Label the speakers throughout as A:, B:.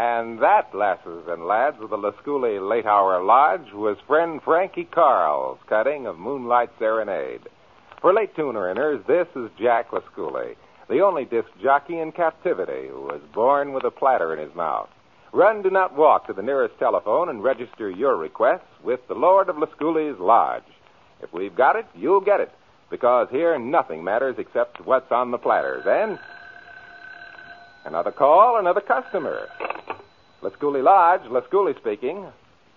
A: And that, lasses and lads of the Lasculi Late Hour Lodge, was friend Frankie Carl's cutting of Moonlight Serenade. For late tuner inners, this is Jack Lasculi, the only disc jockey in captivity who was born with a platter in his mouth. Run, do not walk to the nearest telephone and register your requests with the Lord of Lasculi's Lodge. If we've got it, you'll get it, because here nothing matters except what's on the platter. Then, another call, another customer. Lasculi Lodge, Lasculi speaking.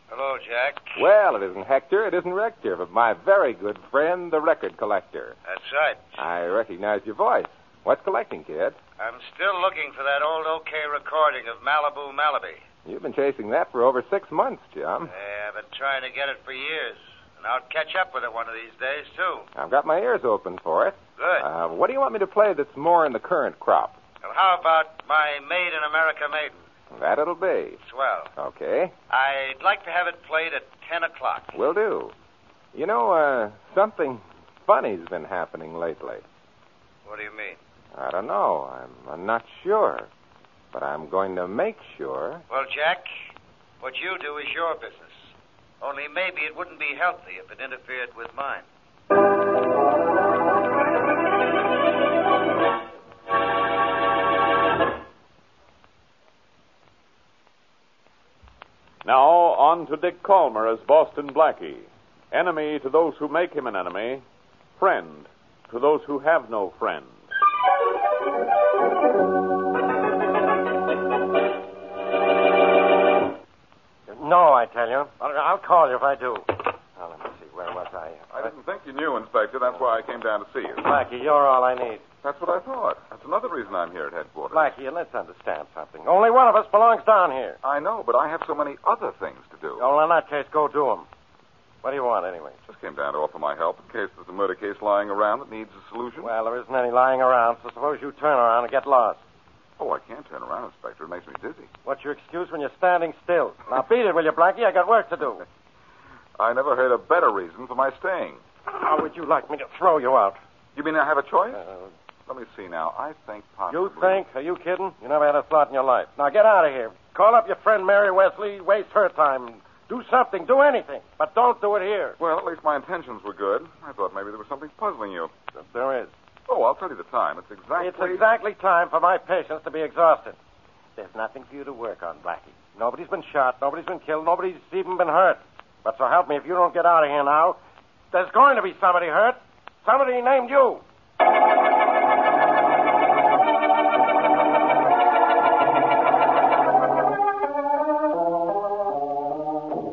B: Hello, Jack.
A: Well, it isn't Hector, it isn't Rector, but my very good friend, the record collector.
B: That's right.
A: I recognize your voice. What's collecting, kid?
B: I'm still looking for that old OK recording of Malibu Malibu.
A: You've been chasing that for over six months, Jim.
B: Yeah, I've been trying to get it for years. And I'll catch up with it one of these days, too.
A: I've got my ears open for it.
B: Good.
A: Uh, what do you want me to play that's more in the current crop?
B: well, how about my Made in America Maiden?
A: That it'll be.
B: Swell.
A: Okay,
B: I'd like to have it played at 10 o'clock.
A: will do. You know, uh, something funny's been happening lately.
B: What do you mean?
A: I don't know. I'm, I'm not sure. But I'm going to make sure.
B: Well, Jack, what you do is your business. Only maybe it wouldn't be healthy if it interfered with mine.
C: Now on to Dick Calmer as Boston Blackie, enemy to those who make him an enemy, friend to those who have no friend.
D: No, I tell you. I'll, I'll call you if I do. Now, let me see. Where was I?
E: I didn't think you knew, Inspector. That's why I came down to see you.
D: Blackie, you're all I need.
E: That's what I thought. That's another reason I'm here at headquarters.
D: Blackie, let's understand something. Only one of us belongs down here.
E: I know, but I have so many other things to do.
D: Well, in that case, go do 'em. What do you want, anyway?
E: Just came down to offer my help in case there's a murder case lying around that needs a solution.
D: Well, there isn't any lying around, so suppose you turn around and get lost.
E: oh, I can't turn around, Inspector. It makes me dizzy.
D: What's your excuse when you're standing still? Now, beat it, will you, Blackie? I got work to do.
E: I never heard a better reason for my staying.
D: How would you like me to throw you out?
E: You mean I have a choice?
D: Uh,
E: Let me see now. I think possibly.
D: you think? Are you kidding? You never had a thought in your life. Now, get out of here. Call up your friend Mary Wesley. Waste her time. Do something. Do anything. But don't do it here.
E: Well, at least my intentions were good. I thought maybe there was something puzzling you.
D: There is.
E: Oh, I'll tell you the time. It's exactly.
D: It's exactly time for my patients to be exhausted. There's nothing for you to work on, Blackie. Nobody's been shot. Nobody's been killed. Nobody's even been hurt. But so help me, if you don't get out of here now, there's going to be somebody hurt. Somebody named you.
B: All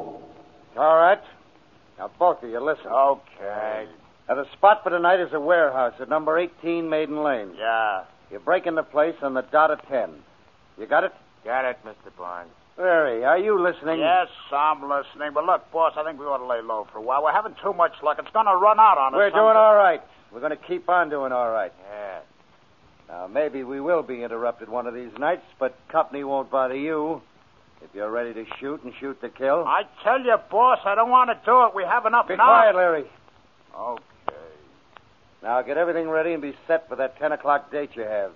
B: right. Now, both of you, listen. Okay. Now, the spot for tonight is a warehouse at number 18 Maiden Lane.
D: Yeah.
B: You break into place on the dot of 10. You got it?
F: Got it, Mr. Barnes.
B: Larry, are you listening?
F: Yes, I'm listening. But look, boss, I think we ought to lay low for a while. We're having too much luck. It's going to run out on us.
B: We're doing
F: sometime.
B: all right. We're going to keep on doing all right.
F: Yeah.
B: Now, maybe we will be interrupted one of these nights, but company won't bother you. If you're ready to shoot and shoot to kill.
F: I tell you, boss, I don't want to do it. We have enough
B: Be
F: now.
B: quiet, Larry.
F: Okay.
B: Now, get everything ready and be set for that 10 o'clock date you have.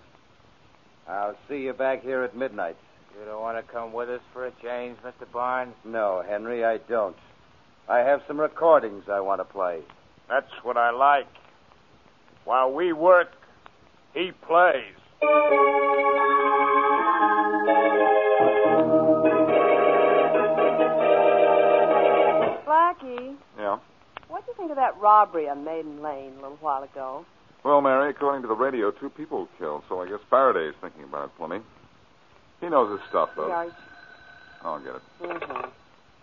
B: I'll see you back here at midnight.
F: You don't want to come with us for a change, Mr. Barnes?
B: No, Henry, I don't. I have some recordings I want to play.
F: That's what I like. While we work, he plays.
G: Blackie,
E: Yeah.
G: what do you think of that robbery on Maiden Lane a little while ago?
E: Well, Mary, according to the radio, two people were killed, so I guess Faraday's thinking about it plenty. He knows his stuff, though.
G: Yeah,
E: I'll get it.
G: mhm.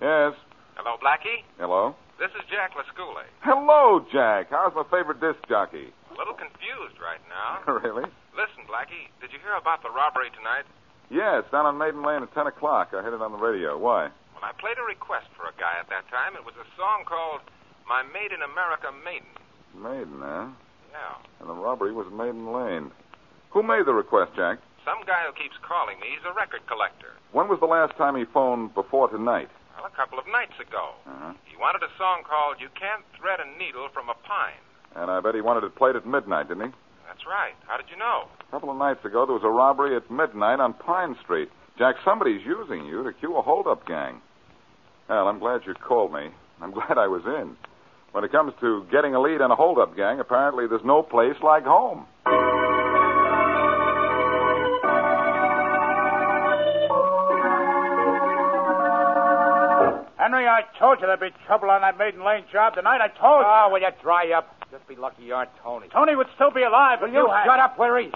E: Yes.
A: Hello, Blackie.
E: Hello?
A: This is Jack Lascule.
E: Hello, Jack. How's my favorite disc jockey?
A: A little confused right now.
E: really?
A: Listen, Blackie, did you hear about the robbery tonight?
E: Yeah, it's down on Maiden Lane at 10 o'clock. I heard it on the radio. Why?
A: Well, I played a request for a guy at that time. It was a song called My Made in America Maiden.
E: Maiden, eh?
A: Yeah.
E: And the robbery was at Maiden Lane. Who made the request, Jack?
A: Some guy who keeps calling me, he's a record collector.
E: When was the last time he phoned before tonight?
A: Well, a couple of nights ago.
E: Uh-huh.
A: He wanted a song called You Can't Thread a Needle from a Pine.
E: And I bet he wanted it played at midnight, didn't he?
A: That's right. How did you know?
E: A couple of nights ago, there was a robbery at midnight on Pine Street. Jack, somebody's using you to cue a holdup gang. Well, I'm glad you called me. I'm glad I was in. When it comes to getting a lead on a holdup gang, apparently there's no place like home.
F: Henry, I told you there'd be trouble on that Maiden Lane job tonight. I told you.
H: Oh, will you dry up? Just be lucky you aren't Tony.
F: Tony would still be alive
H: Will
F: if
H: you
F: had-
H: shut up, Larry?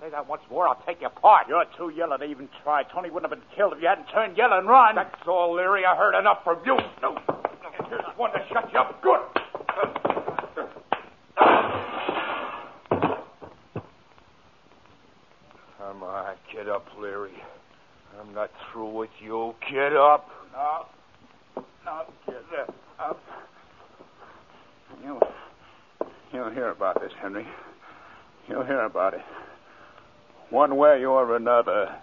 H: Say that once more, I'll take you apart.
F: You're too yellow to even try. Tony wouldn't have been killed if you hadn't turned yellow and run.
H: That's all, Leary. I heard enough from you. No. Here's one to shut you up. Good.
F: Come on, get up, Leary. I'm not through with you. Get up. No. No, get up. You, you'll hear about this, Henry. You'll hear about it. One way or another.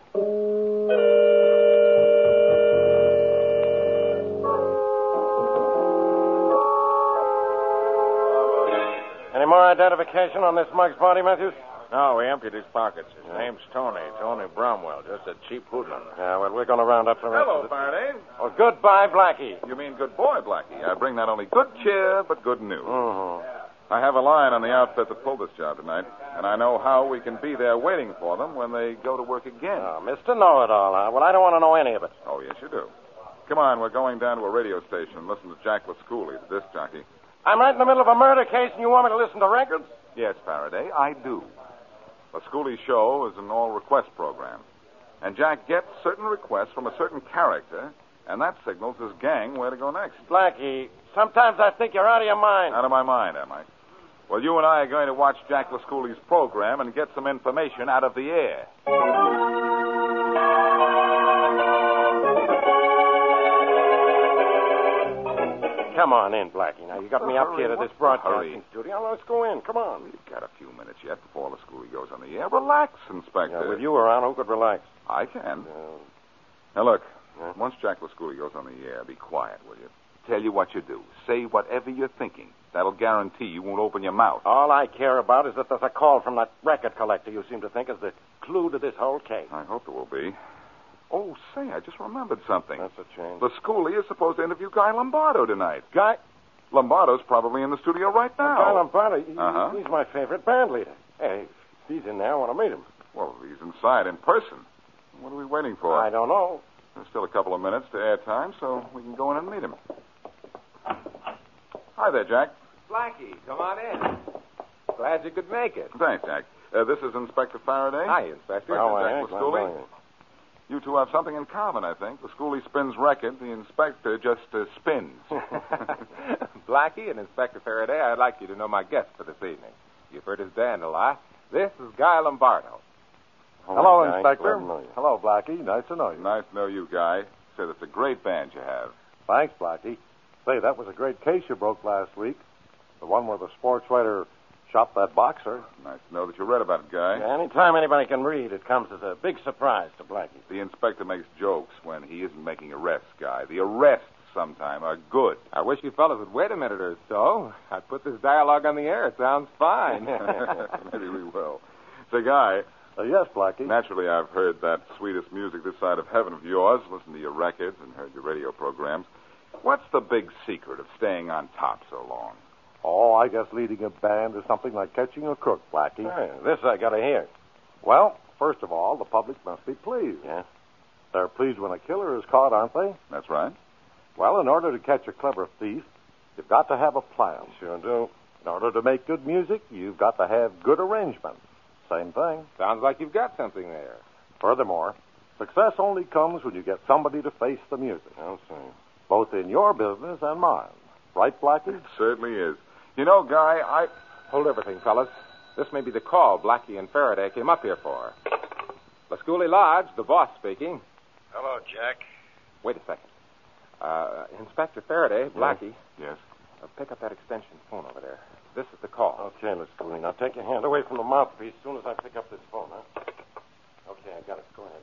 D: Any more identification on this mug's body, Matthews?
I: No, we emptied his pockets. His
D: name's
I: Tony. Tony Bromwell, just a cheap hoodlum.
D: Yeah, well, we're going to round up the rest
E: Hello,
D: of the...
E: Faraday.
D: Well, goodbye, Blackie.
E: Oh, You mean good boy, Blackie. I bring not only good cheer, but good news.
D: Uh-huh.
E: I have a line on the outfit that pulled this job tonight, and I know how we can be there waiting for them when they go to work again.
D: Oh, Mr. Know-it-all, huh? Well, I don't want to know any of it.
E: Oh, yes, you do. Come on, we're going down to a radio station and listen to Jack Lascooley, the disc jockey.
D: I'm right in the middle of a murder case, and you want me to listen to records?
E: Yes, Faraday, I do. Lascooley's show is an all request program, and Jack gets certain requests from a certain character, and that signals his gang where to go next.
D: Blackie, sometimes I think you're out of your mind.
E: Out of my mind, am I? Well, you and I are going to watch Jack Lascooley's program and get some information out of the air.
D: Come on in, Blackie. Now, you got me up here to this broadcasting studio. Let's go in. Come on.
E: We've got a few minutes yet before Lascooley goes on the air. Relax, Inspector.
D: Now, with you around, who could relax?
E: I can. Now, look, once Jack Lascooley goes on the air, be quiet, will you? Tell you what you do. Say whatever you're thinking. That'll guarantee you won't open your mouth.
D: All I care about is that there's a call from that record collector you seem to think is the clue to this whole case.
E: I hope there will be. Oh, say, I just remembered something.
D: That's a change.
E: Lascooley is supposed to interview Guy Lombardo tonight.
D: Guy,
E: Lombardo's probably in the studio right now.
D: Guy Lombardo, he-
E: Oh. Uh-huh.
D: he's my favorite band leader. Hey, if he's in there, I want to meet him.
E: Well, he's inside in person. What are we waiting for?
D: I don't know.
E: There's still a couple of minutes to air time, so we can go in and meet him. Hi there, Jack.
A: Blackie, come on in. Glad you could make it.
E: Thanks, Jack. Uh, this is Inspector Faraday.
A: Hi, Inspector.
E: How are
A: Jack
E: you? Lasculi. You two have something in common, I think. The schoolie spins record. The inspector just uh, spins.
A: Blackie and Inspector Faraday, I'd like you to know my guest for this evening. You've heard his band a lot. This is Guy Lombardo.
J: Hello,
E: Guy.
J: Inspector.
E: Glad to know you.
J: Hello, Blackie. Nice to know you.
E: Nice to know you, Guy. Said it's a great band you have.
J: Thanks, Blackie. Say, that was a great case you broke last week. The one where the sports writer shot that boxer.
E: Nice to know that you read about it, Guy.
K: Yeah, anytime anybody can read, it comes as a big surprise to Blackie.
E: The inspector makes jokes when he isn't making arrests, Guy. The arrests sometime are good.
A: I wish you fellas would wait a minute or so. I put this dialogue on the air. It sounds fine.
E: Maybe we will. Say, Guy.
K: Uh,
J: yes, Blackie.
E: Naturally, I've heard that sweetest music this side of heaven of yours, listened to your records, and heard your radio programs. What's the big secret of staying on top so long?
J: Oh, I guess leading a band is something like catching a crook, Blackie.
K: this I gotta hear.
J: Well, first of all, the public must be pleased.
K: Yeah.
J: They're pleased when a killer is caught, aren't they?
E: That's right.
J: Well, in order to catch a clever thief, you've got to have a plan. Sure do. In order to make good music, you've got to have good arrangements. Same thing.
A: Sounds like you've got something there.
J: Furthermore, success only comes when you get somebody to face the music. Both in your business and mine. Right, Blackie?
E: Certainly is. You know, Guy, I.
A: Hold everything, fellas. This may be the call Blackie and Faraday came up here for. Lasculi Lodge, the boss speaking.
B: Hello, Jack.
A: Wait a second. Uh, Inspector Faraday, Blackie,
E: Yes.
A: uh, pick up that extension phone over there. This is the call.
K: Okay, Miss Cooley. Now take your hand away from the mouthpiece as soon as I pick up this phone, huh? Okay, I got it. Go ahead.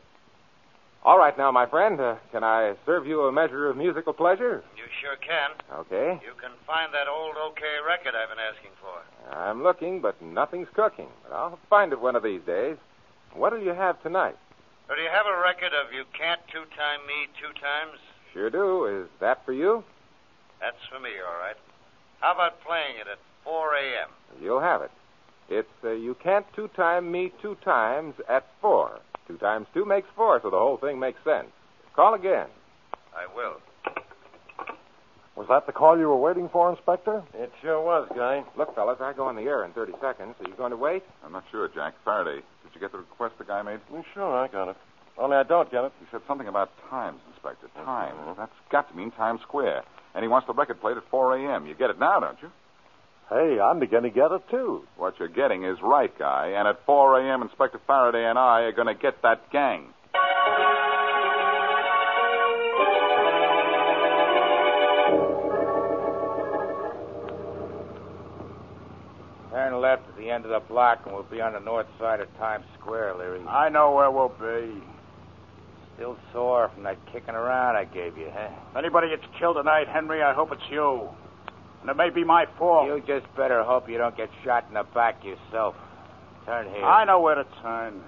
A: All right, now, my friend, uh, can I serve you a measure of musical pleasure?
B: You sure can.
A: Okay.
B: You can find that old OK record I've been asking for.
A: I'm looking, but nothing's cooking. But I'll find it one of these days. What'll you have tonight?
B: So do you have a record of You Can't Two Time Me Two Times?
A: Sure do. Is that for you?
B: That's for me, all right. How about playing it at 4 a.m.?
A: You'll have it. It's uh, you can't two time me two times at four. Two times two makes four, so the whole thing makes sense. Call again.
B: I will.
J: Was that the call you were waiting for, Inspector?
K: It sure was, Guy.
A: Look, fellas, I go on the air in 30 seconds. Are you going to wait?
E: I'm not sure, Jack. Faraday, did you get the request the guy made?
K: Well, sure, I got it. Only I don't get it.
E: He said something about times, Inspector. Times. That's got to mean Times Square. And he wants the record played at 4 a.m. You get it now, don't you?
J: Hey, I'm beginning to get it, too.
E: What you're getting is right, Guy. And at 4 a.m., Inspector Faraday and I are going to get that gang.
F: Turn left at the end of the block, and we'll be on the north side of Times Square, Leary.
L: I know where we'll be.
F: Still sore from that kicking around I gave you, huh?
L: If anybody gets killed tonight, Henry, I hope it's you. And it may be my fault.
F: You just better hope you don't get shot in the back yourself. Turn here.
L: I know where to turn.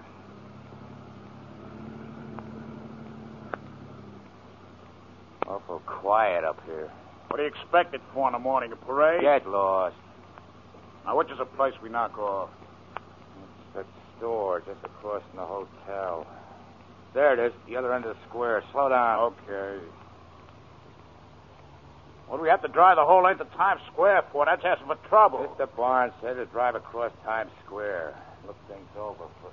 F: Awful quiet up here.
L: What do you expect at four in the morning? A parade?
F: Get lost.
L: Now, which is the place we knock off?
F: It's that store just across from the hotel. There it is, the other end of the square. Slow down.
L: Okay. What do we have to drive the whole length of Times Square for? That's asking for trouble.
F: Mr. Barnes said to drive across Times Square. Look things over. For...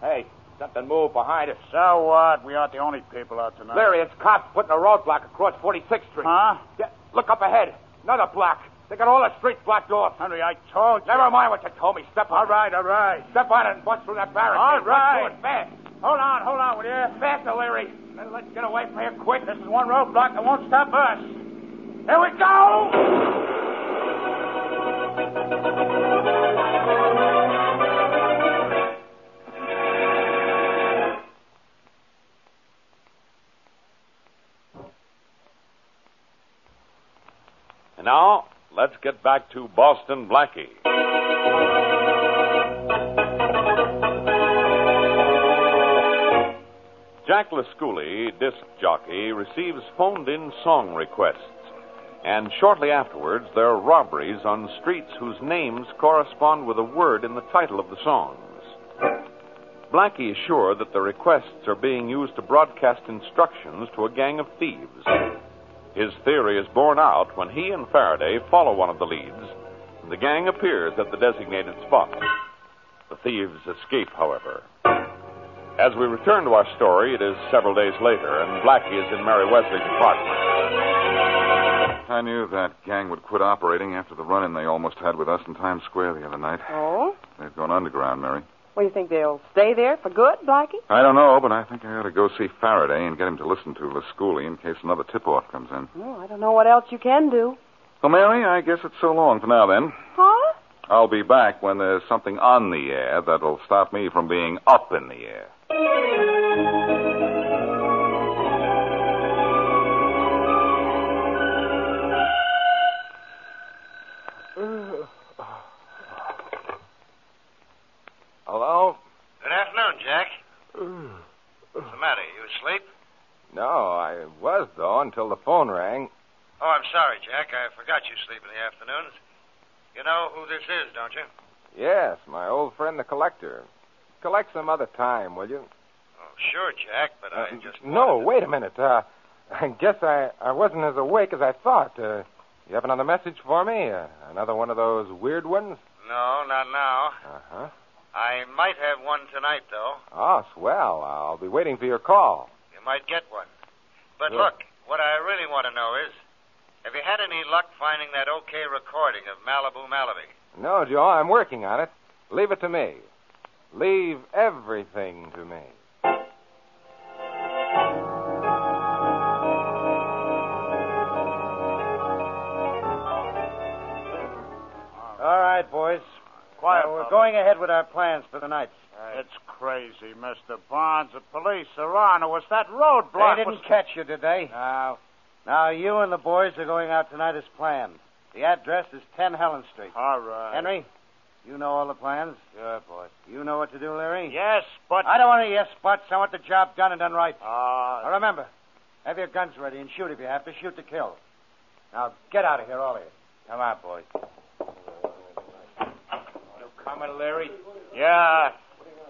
F: Hey, something moved behind us.
L: So what? We aren't the only people out tonight.
F: Larry, it's cops putting a roadblock across 46th Street.
L: Huh?
F: Yeah, look up ahead. Another block. They got all the streets blocked off.
L: Henry, I told you.
F: Never mind what you told me. Step on
L: All
F: it.
L: right, all right.
F: Step on it and bust through that barricade.
L: All
F: Let's
L: right.
F: do it fast.
L: Hold on, hold on, will you?
F: Faster, Larry. Then Let's get away from here quick.
L: This is one roadblock that won't stop us. Here we go!
K: And now, let's get back to Boston Blackie. Jack Lasculi, disc jockey, receives phoned in song requests. And shortly afterwards, there are robberies on streets whose names correspond with a word in the title of the songs. Blackie is sure that the requests are being used to broadcast instructions to a gang of thieves. His theory is borne out when he and Faraday follow one of the leads, and the gang appears at the designated spot. The thieves escape, however. As we return to our story, it is several days later, and Blackie is in Mary Wesley's apartment.
E: I knew that gang would quit operating after the run in they almost had with us in Times Square the other night.
G: Oh?
E: They've gone underground, Mary.
G: Well, you think they'll stay there for good, Blackie?
E: I don't know, but I think I ought to go see Faraday and get him to listen to Lascouli in case another tip off comes in.
G: Well, I don't know what else you can do.
E: Well, Mary, I guess it's so long for now then.
G: Huh?
E: I'll be back when there's something on the air that'll stop me from being up in the air.
A: Hello?
B: Good afternoon, Jack. What's the matter? You asleep?
A: No, I was, though, until the phone rang.
B: Oh, I'm sorry, Jack. I forgot you sleep in the afternoons. You know who this is, don't you?
A: Yes, my old friend the collector. Collect some other time, will you?
B: Oh, sure, Jack, but
L: Uh,
B: I just.
A: No, wait a minute. Uh, I guess I, I wasn't as awake as I thought. Uh, you have another message for me? Uh, another one of those weird ones?
B: No, not now.
A: Uh huh.
B: I might have one tonight, though.
A: Oh, swell. I'll be waiting for your call.
B: You might get one. But
A: Yeah.
B: look, what I really want to know is have you had any luck finding that okay recording of Malibu Malibu?
A: No, Joe, I'm working on it. Leave it to me. Leave everything to me.
M: All right, boys.
F: Quiet,
M: Now, we're
F: Bubba.
M: going ahead with our plans for the night.
F: It's crazy, Mr. Barnes. The police are on. It was that roadblock.
M: They
F: was-
M: didn't catch you, did they? No. Now, you and the boys are going out tonight as planned. The address is 10 Helen Street.
F: All right.
M: Henry, you know all the plans? Sure, boy. You know what to do, Larry?
F: Yes, but.
M: I don't want any yes buts. I want the job done and done right.
F: Ah.
M: Now, remember, have your guns ready and shoot if you have to. Shoot to kill. Now, get out of here, all of you. Come on, boys.
F: You coming, Larry? Yeah,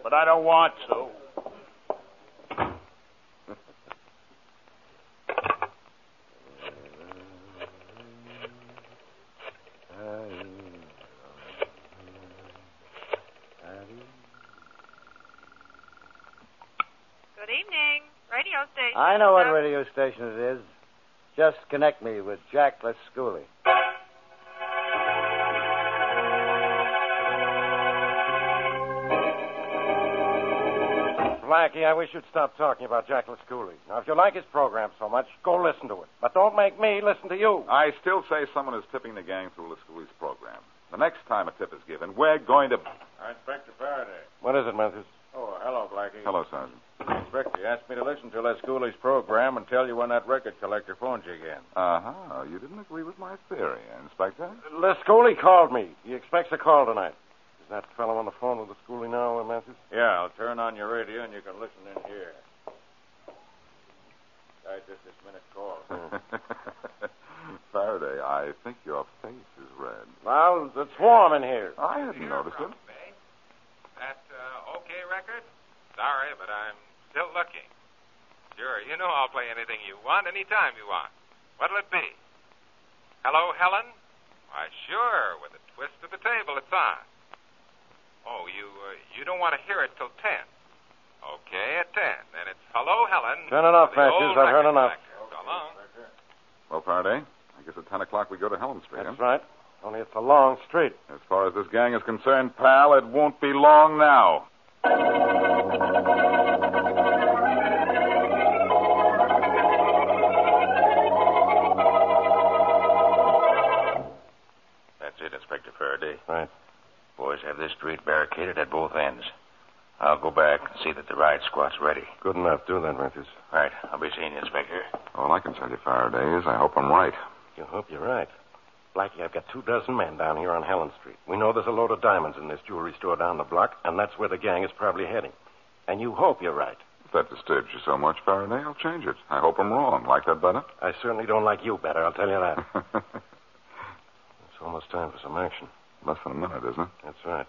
F: but I don't want to.
N: Good evening, radio station.
M: I know what radio station it is. Just connect me with Jack Lascouli.
D: Blackie, I wish you'd stop talking about Jack Lascouli. Now, if you like his program so much, go listen to it. But don't make me listen to you.
E: I still say someone is tipping the gang through Lascouli's program. The next time a tip is given, we're going to.
F: Inspector Faraday.
D: What is it, Mathis?
F: Oh, hello, Blackie.
E: Hello, Sergeant.
F: Inspector, you asked me to listen to Les Cooley's program and tell you when that record collector phoned you again.
E: Uh huh. You didn't agree with my theory, Inspector.
D: Lascouli called me. He expects a call tonight. Is that fellow on the phone with Lascouli now, uh, Mathis?
F: Yeah, I'll turn on your radio and you can listen in here. I just this minute call.
D: Mm-hmm.
E: Faraday, I think your face is red.
D: Well, it's warm in here.
E: I hadn't noticed it.
O: That uh, okay record? Sorry, but I'm still looking. Sure, you know I'll play anything you want, anytime you want. What'll it be? Hello, Helen? Why, sure. With a twist of the table, it's on. Oh, you uh, you don't want to hear it till ten. Okay, at ten. Then it's hello, Helen.
D: Turn it off,
O: The
D: Matthews.
O: old
D: I've heard
O: record
D: enough.
O: collector. So long.
E: Well, Faraday, I guess at 10 o'clock we go to Helen Street,
D: That's
E: huh?
D: right. Only it's a long street.
E: As far as this gang is concerned, pal, it won't be long now.
B: That's it, Inspector Faraday.
D: Right.
B: Boys have this street barricaded at both ends. I'll go back and see that the riot squad's ready.
D: Good enough. Do that, Mathis.
B: All right, I'll be seeing you, Inspector.
E: All I can tell you, Faraday, is I hope I'm right.
D: You hope you're right. Blackie, I've got two dozen men down here on Helen Street. We know there's a load of diamonds in this jewelry store down the block, and that's where the gang is probably heading. And you hope you're right.
E: If that disturbs you so much, Faraday, I'll change it. I hope I'm wrong. Like that better?
D: I certainly don't like you better, I'll tell you that. it's almost time for some action.
E: Less than a minute, isn't it?
D: That's right.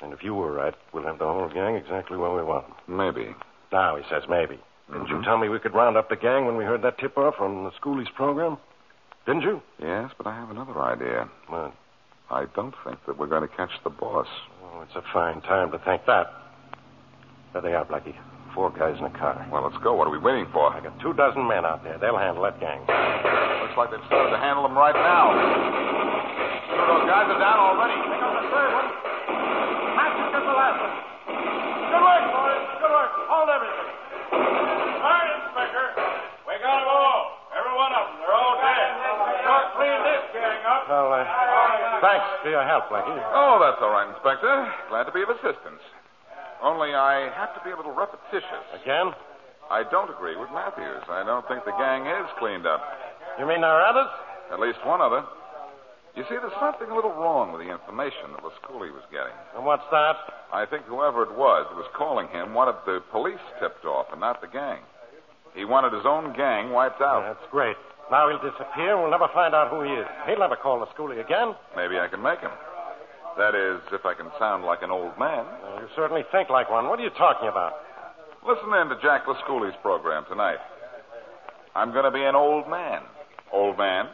D: And if you were right, we'll have the whole gang exactly where we want them.
E: Maybe. Mm-hmm.
D: Now, he says maybe. Didn't you tell me we could round up the gang when we heard that tip off on the schoolies program? Didn't you?
E: Yes, but I have another idea.
D: What?
E: I don't think that we're going to catch the boss.
D: Oh, it's a fine time to think that. There they are, Blackie. Four guys in a car.
E: Well, let's go. What are we waiting for?
D: I got two dozen men out there. They'll handle that gang.
E: Looks like they've started to handle them right now. Two of those guys are down already. Take on the third one.
L: Matches just the last one. Good work, boys. Good work. Hold everything. All right, Inspector. We got them all. Every one of them. They're all dead. Start cleaning this gang up.
D: Well, uh, thanks for your help, Blackie.
E: Oh, that's all right, Inspector. Glad to be of assistance. Only I have to be a little repetitious.
D: Again?
E: I don't agree with Matthews. I don't think the gang is cleaned up.
D: You mean there are others?
E: At least one other. You see, there's something a little wrong with the information that Lasculi was getting.
D: And what's that?
E: I think whoever it was that was calling him wanted the police tipped off and not the gang. He wanted his own gang wiped out.
D: That's great. Now he'll disappear. We'll never find out who he is. He'll never call the schoolie again.
E: Maybe I can make him. That is, if I can sound like an old man.
D: Well, you certainly think like one. What are you talking about?
E: Listen in to Jack Lascooli's program tonight. I'm going to be an old man. Old man.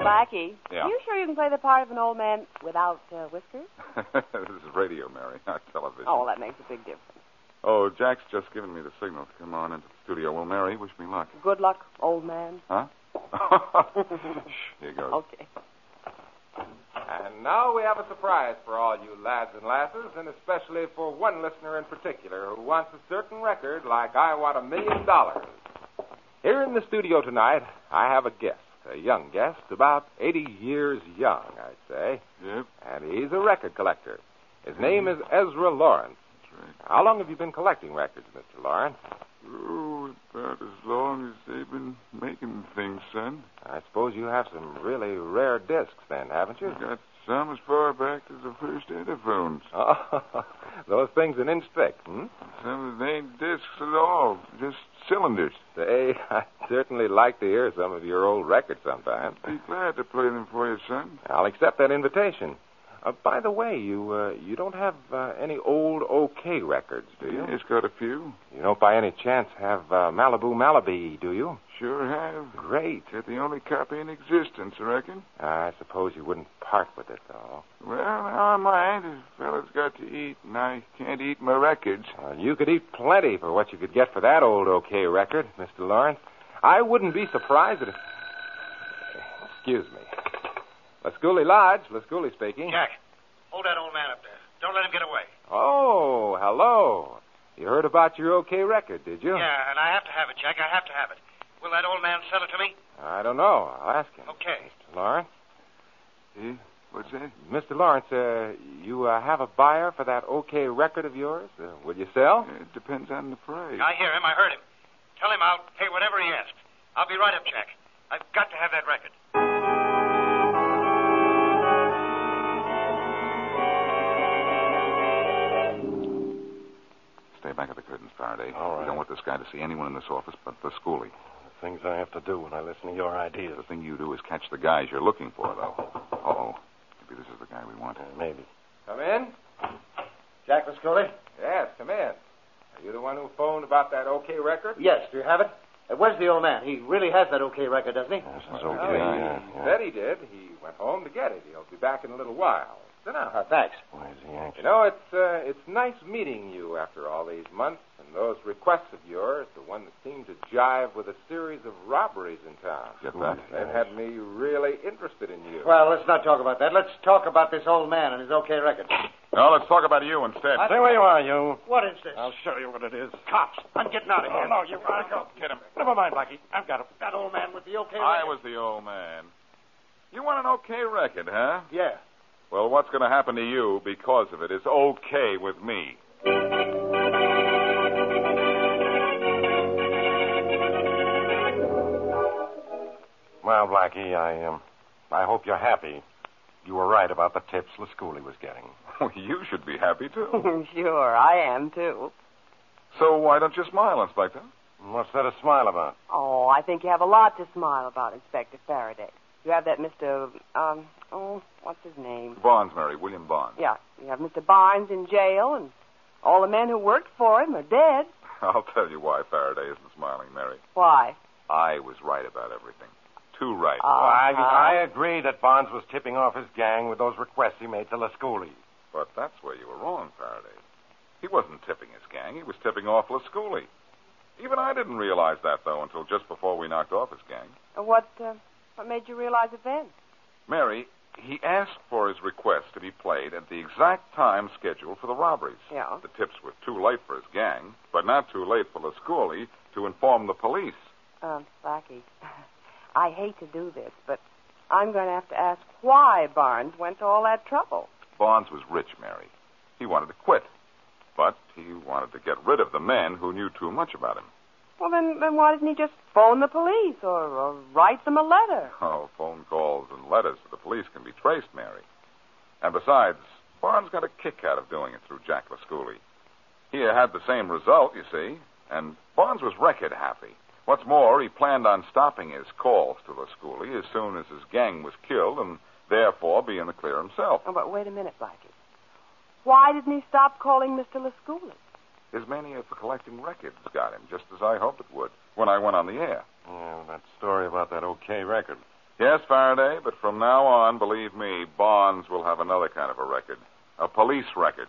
G: Blackie,
E: Yeah.
G: you sure you can play the part of an old man without uh, whiskers?
E: this is radio, Mary, not television.
G: Oh, well, that makes a big difference.
E: Oh, Jack's just given me the signal to come on into the studio. Well, Mary, wish me luck.
G: Good luck, old man.
E: Huh? Here goes.
G: Okay.
A: And now we have a surprise for all you lads and lasses, and especially for one listener in particular who wants a certain record like I want a million dollars. Here in the studio tonight, I have a guest, a young guest, about 80 years young, I'd say.
E: Yep.
A: And he's a record collector. His name is Ezra Lawrence. How long have you been collecting records, Mr. Lawrence?
E: Oh, about as long as they've been making things, son.
A: I suppose you have some really rare discs then, haven't you?
E: Got some as far back as the first Ediphones.
A: Oh, those things an inch thick, hmm?
E: Some of them ain't discs at all, just cylinders.
A: Say, I'd certainly like to hear some of your old records sometime.
E: Be glad to play them for you, son.
A: I'll accept that invitation. Uh, by the way, you uh, you don't have uh, any old OK records, do you?
E: It's got a few.
A: You don't by any chance have uh, Malibu Malibu, do you?
E: Sure have.
A: Great.
E: They're the only copy in existence, I reckon.
A: I suppose you wouldn't part with it, though.
E: Well, now I mind. A fella's got to eat, and I can't eat my records.
A: Uh, you could eat plenty for what you could get for that old OK record, Mr. Lawrence. I wouldn't be surprised if. Excuse me. Lasculi Lodge, Lasculi speaking.
B: Jack, hold that old man up there. Don't let him get away.
A: Oh, hello. You heard about your OK record, did you?
B: Yeah, and I have to have it, Jack. I have to have it. Will that old man sell it to me?
A: I don't know. I'll ask him.
B: Okay.
A: Mr. Lawrence?
E: Eh? What's that?
A: Mr. Lawrence, uh, you uh, have a buyer for that OK record of yours? Uh, will you sell?
E: It depends on the price.
B: I hear him. I heard him. Tell him I'll pay whatever he asks. I'll be right up, Jack. I've got to have that record.
E: Stay back at the curtains, Faraday.
D: All
E: We
D: right.
E: don't want this guy to see anyone in this office but the schoolie.
D: The things I have to do when I listen to your ideas.
E: The thing you do is catch the guys you're looking for, though. Uh-oh. Maybe this is the guy we want.
D: Uh, Maybe.
A: Come in?
M: Jack Lascoli?
A: Yes, come in. Are you the one who phoned about that OK record?
M: Yes, do you have it? Uh, where's the old man? He really has that okay record, doesn't he? Oh,
D: This is
A: Well,
D: okay.
A: Oh, he
D: yeah, yeah.
A: said he did. He went home to get it. He'll be back in a little while. Sit down.
M: Uh, thanks.
D: Why is he anxious?
A: You know, it's uh, it's nice meeting you after all these months, and those requests of yours, the one that seemed to jive with a series of robberies in town.
E: Get that.
A: They've had me really interested in you.
M: Well, let's not talk about that. Let's talk about this old man and his okay record.
E: No, let's talk about you instead.
D: Stay where you are, you.
M: What is this?
D: I'll show you what it is.
L: Cops. I'm getting out of here.
F: Oh,
L: no, you gotta go. Get him.
D: Never mind, Blackie. I've got him.
M: That old man with the okay record.
E: I was the old man. You want an okay record, huh?
M: Yeah.
E: Well, what's going to happen to you because of it is okay with me.
D: Well, Blackie, I um, I hope you're happy. You were right about the tips Lasculi was getting.
E: you should be happy, too.
G: sure, I am too.
E: so why don't you smile, Inspector?
D: What's there to smile about?
G: Oh, I think you have a lot to smile about, Inspector Faraday. You have that Mr. Um, oh, what's his name?
E: Bonds, Mary, William Bonds.
G: Yeah, you have Mr. Barnes in jail, and all the men who worked for him are dead.
E: I'll tell you why Faraday isn't smiling, Mary.
G: Why?
E: I was right about everything. Too right.
D: Well,
E: Uh-huh.
D: I, I agree that Bonds was tipping off his gang with those requests he made to Lasculi.
E: But that's where you were wrong, Faraday. He wasn't tipping his gang. He was tipping off Lasculi. Even I didn't realize that, though, until just before we knocked off his gang.
G: What, uh, what made you realize it then?
E: Mary, he asked for his request to be played at the exact time scheduled for the robberies.
G: Yeah.
E: The tips were too late for his gang, but not too late for Lasculi to inform the police.
G: Um, Blackie, I hate to do this, but I'm going to have to ask why Barnes went to all that trouble.
E: Bonds was rich, Mary. He wanted to quit, but he wanted to get rid of the men who knew too much about him.
G: Well, then, then why didn't he just phone the police or, or write them a letter?
E: Oh, phone calls and letters to the police can be traced, Mary. And besides, Barnes got a kick out of doing it through Jack Lasculi. He had the same result, you see, and Barnes was record happy. What's more, he planned on stopping his calls to Lasculi as soon as his gang was killed and therefore be in the clear himself.
G: Oh, but wait a minute, Blackie. Why didn't he stop calling Mr. Lasculi?
E: His mania for collecting records got him, just as I hoped it would, when I went on the air.
D: Yeah, that story about that okay record.
E: Yes, Faraday, but from now on, believe me, Bonds will have another kind of a record a police record.